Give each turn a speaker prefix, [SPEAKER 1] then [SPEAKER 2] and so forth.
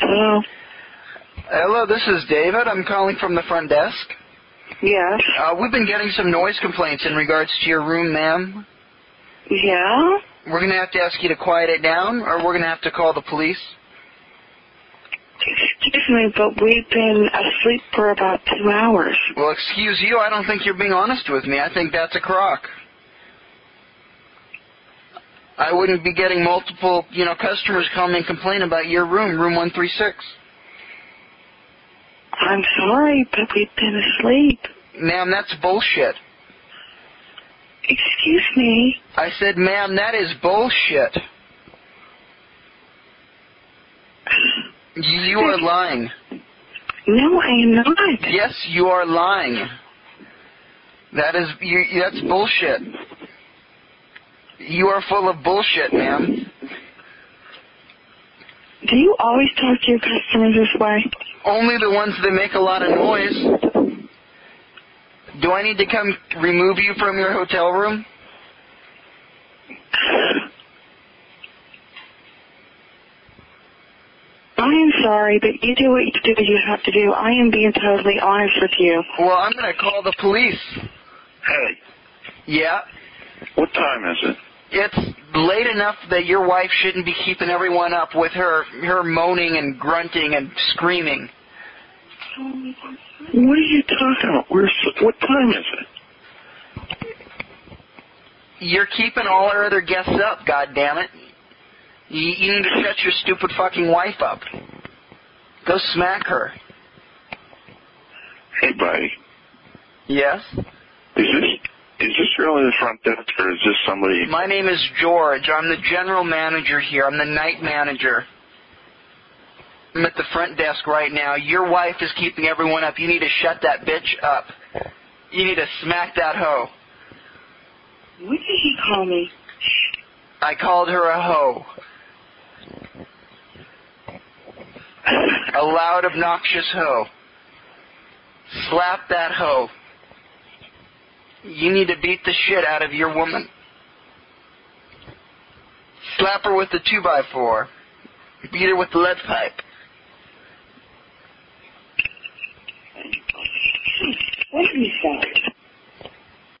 [SPEAKER 1] Hello?
[SPEAKER 2] Hello, this is David. I'm calling from the front desk.
[SPEAKER 1] Yes?
[SPEAKER 2] Uh, we've been getting some noise complaints in regards to your room, ma'am.
[SPEAKER 1] Yeah?
[SPEAKER 2] We're going to have to ask you to quiet it down, or we're going to have to call the police.
[SPEAKER 1] Excuse me, but we've been asleep for about two hours.
[SPEAKER 2] Well, excuse you. I don't think you're being honest with me. I think that's a crock. I wouldn't be getting multiple, you know, customers come and complain about your room, room 136.
[SPEAKER 1] I'm sorry, but we've been asleep.
[SPEAKER 2] Ma'am, that's bullshit.
[SPEAKER 1] Excuse me?
[SPEAKER 2] I said, ma'am, that is bullshit. You you are lying.
[SPEAKER 1] No, I am not.
[SPEAKER 2] Yes, you are lying. That is, you, that's bullshit. You are full of bullshit, ma'am.
[SPEAKER 1] Do you always talk to your customers this way?
[SPEAKER 2] Only the ones that make a lot of noise. Do I need to come remove you from your hotel room?
[SPEAKER 1] I am sorry, but you do what you do you have to do. I am being totally honest with you.
[SPEAKER 2] Well, I'm going to call the police.
[SPEAKER 3] Hey,
[SPEAKER 2] Yeah.
[SPEAKER 3] what time is it?
[SPEAKER 2] It's late enough that your wife shouldn't be keeping everyone up with her her moaning and grunting and screaming.
[SPEAKER 3] What are you talking about? Where's what time is it?
[SPEAKER 2] You're keeping all our other guests up, God damn it! You, you need to shut your stupid fucking wife up. Go smack her.
[SPEAKER 3] Hey, buddy,
[SPEAKER 2] Yes.
[SPEAKER 3] is this is this really the front desk or is this somebody?
[SPEAKER 2] My name is George. I'm the general manager here. I'm the night manager. I'm at the front desk right now. Your wife is keeping everyone up. You need to shut that bitch up. You need to smack that hoe.
[SPEAKER 1] What did he call me?
[SPEAKER 2] I called her a hoe. A loud, obnoxious hoe. Slap that hoe. You need to beat the shit out of your woman. Slap her with the 2 by 4 Beat her with the lead pipe.
[SPEAKER 1] What did he say?